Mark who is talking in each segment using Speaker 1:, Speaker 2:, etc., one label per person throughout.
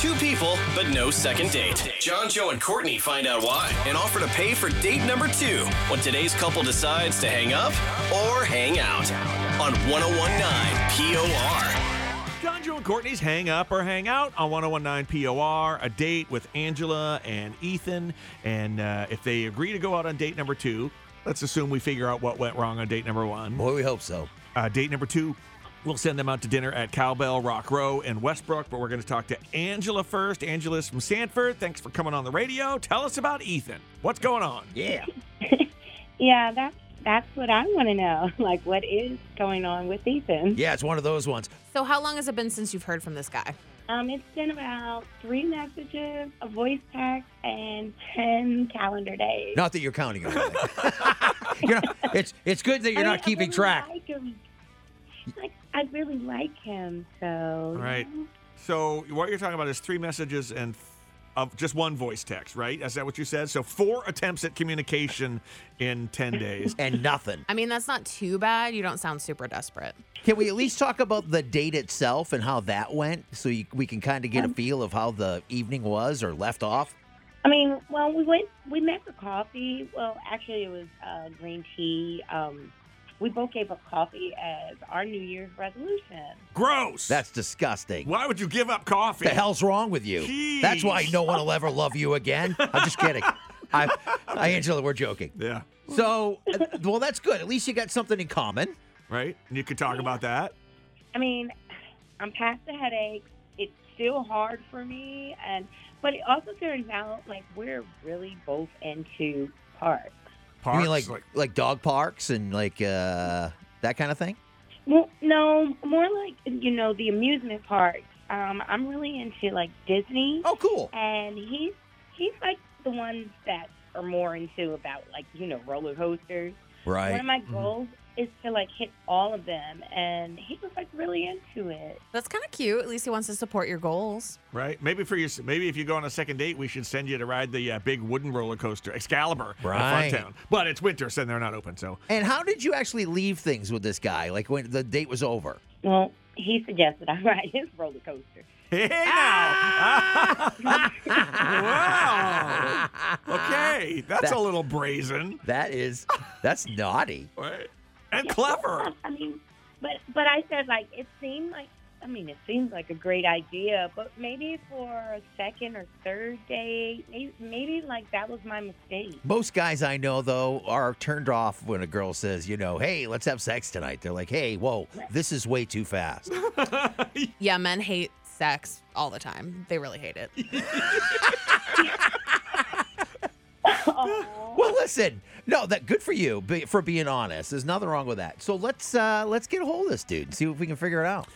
Speaker 1: Two people, but no second date. John, Joe, and Courtney find out why and offer to pay for date number two when today's couple decides to hang up or hang out on 1019 POR.
Speaker 2: John, Joe, and Courtney's Hang Up or Hang Out on 1019 POR, a date with Angela and Ethan. And uh, if they agree to go out on date number two, let's assume we figure out what went wrong on date number one.
Speaker 3: Boy, we hope so.
Speaker 2: Uh, date number two, we'll send them out to dinner at Cowbell, Rock Row, and Westbrook. But we're going to talk to Angela first. Angela's from Sanford. Thanks for coming on the radio. Tell us about Ethan. What's going on?
Speaker 3: Yeah.
Speaker 4: Yeah, that's that's what I want to know. Like, what is going on with Ethan?
Speaker 3: Yeah, it's one of those ones.
Speaker 5: So, how long has it been since you've heard from this guy?
Speaker 4: Um, it's been about three messages, a voice text, and ten calendar days.
Speaker 3: Not that you're counting on it. you're not, it's it's good that you're
Speaker 4: I mean,
Speaker 3: not keeping
Speaker 4: I really
Speaker 3: track.
Speaker 4: Like him. Like, I really like him, so.
Speaker 2: All right. So what you're talking about is three messages and th- of just one voice text, right? Is that what you said? So four attempts at communication in ten days.
Speaker 3: and nothing.
Speaker 5: I mean, that's not too bad. You don't sound super desperate.
Speaker 3: Can we at least talk about the date itself and how that went so you, we can kind of get a feel of how the evening was or left off?
Speaker 4: I mean, well, we went, we met for coffee. Well, actually, it was uh, green tea. Um, we both gave up coffee as our New Year's resolution.
Speaker 2: Gross.
Speaker 3: That's disgusting. What
Speaker 2: why would you give up coffee?
Speaker 3: the hell's wrong with you? That's why
Speaker 2: Jeez.
Speaker 3: no one will ever love you again. I'm just kidding. I, I, Angela, we're joking.
Speaker 2: Yeah.
Speaker 3: So, uh, well, that's good. At least you got something in common.
Speaker 2: Right. And you could talk about that.
Speaker 4: I mean, I'm past the headaches. It's still hard for me, and but it also turns out like we're really both into parks.
Speaker 2: Parks,
Speaker 3: you mean like, like dog parks and like uh, that kind of thing?
Speaker 4: Well, no, more like you know the amusement parks. Um, I'm really into like Disney,
Speaker 3: Oh, cool.
Speaker 4: and he's he's like the ones that are more into about like you know roller coasters. One
Speaker 3: Right.
Speaker 4: of my goals is to like hit all of them, and he was like really into it.
Speaker 5: That's kind of cute. At least he wants to support your goals.
Speaker 2: right? Maybe for you. Maybe if you go on a second date, we should send you to ride the uh, big wooden roller coaster, Excalibur, at
Speaker 3: Right.
Speaker 2: Funtown. But it's winter, so they're not open. So
Speaker 3: And how did you actually leave things with this guy? Like when the date was over?
Speaker 4: Well, he suggested I ride his roller coaster.
Speaker 2: hey now.
Speaker 3: Ah!
Speaker 2: wow. Okay, that's
Speaker 3: That-
Speaker 2: a little brazen.
Speaker 3: That is, that's naughty.
Speaker 2: Right. And clever.
Speaker 4: I mean, but but I said like it seemed like I mean it seems like a great idea, but maybe for a second or third date, maybe, maybe like that was my mistake.
Speaker 3: Most guys I know, though, are turned off when a girl says, you know, hey, let's have sex tonight. They're like, hey, whoa, this is way too fast.
Speaker 5: Yeah, men hate sex all the time. They really hate it.
Speaker 4: Aw.
Speaker 3: Well, listen, no, that good for you be, for being honest. There's nothing wrong with that. So let's uh, let's get a hold of this dude and see if we can figure it out.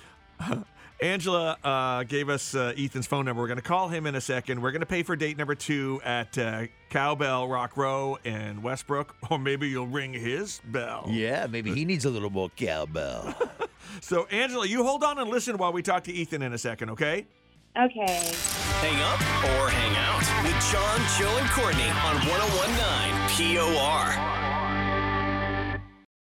Speaker 2: Angela uh, gave us uh, Ethan's phone number. We're going to call him in a second. We're going to pay for date number two at uh, Cowbell, Rock Row, and Westbrook, or maybe you'll ring his bell.
Speaker 3: Yeah, maybe he needs a little more cowbell.
Speaker 2: So, Angela, you hold on and listen while we talk to Ethan in a second, okay?
Speaker 4: Okay.
Speaker 1: Hang up oh or hang out with John, Joe, and Courtney on 1019 POR.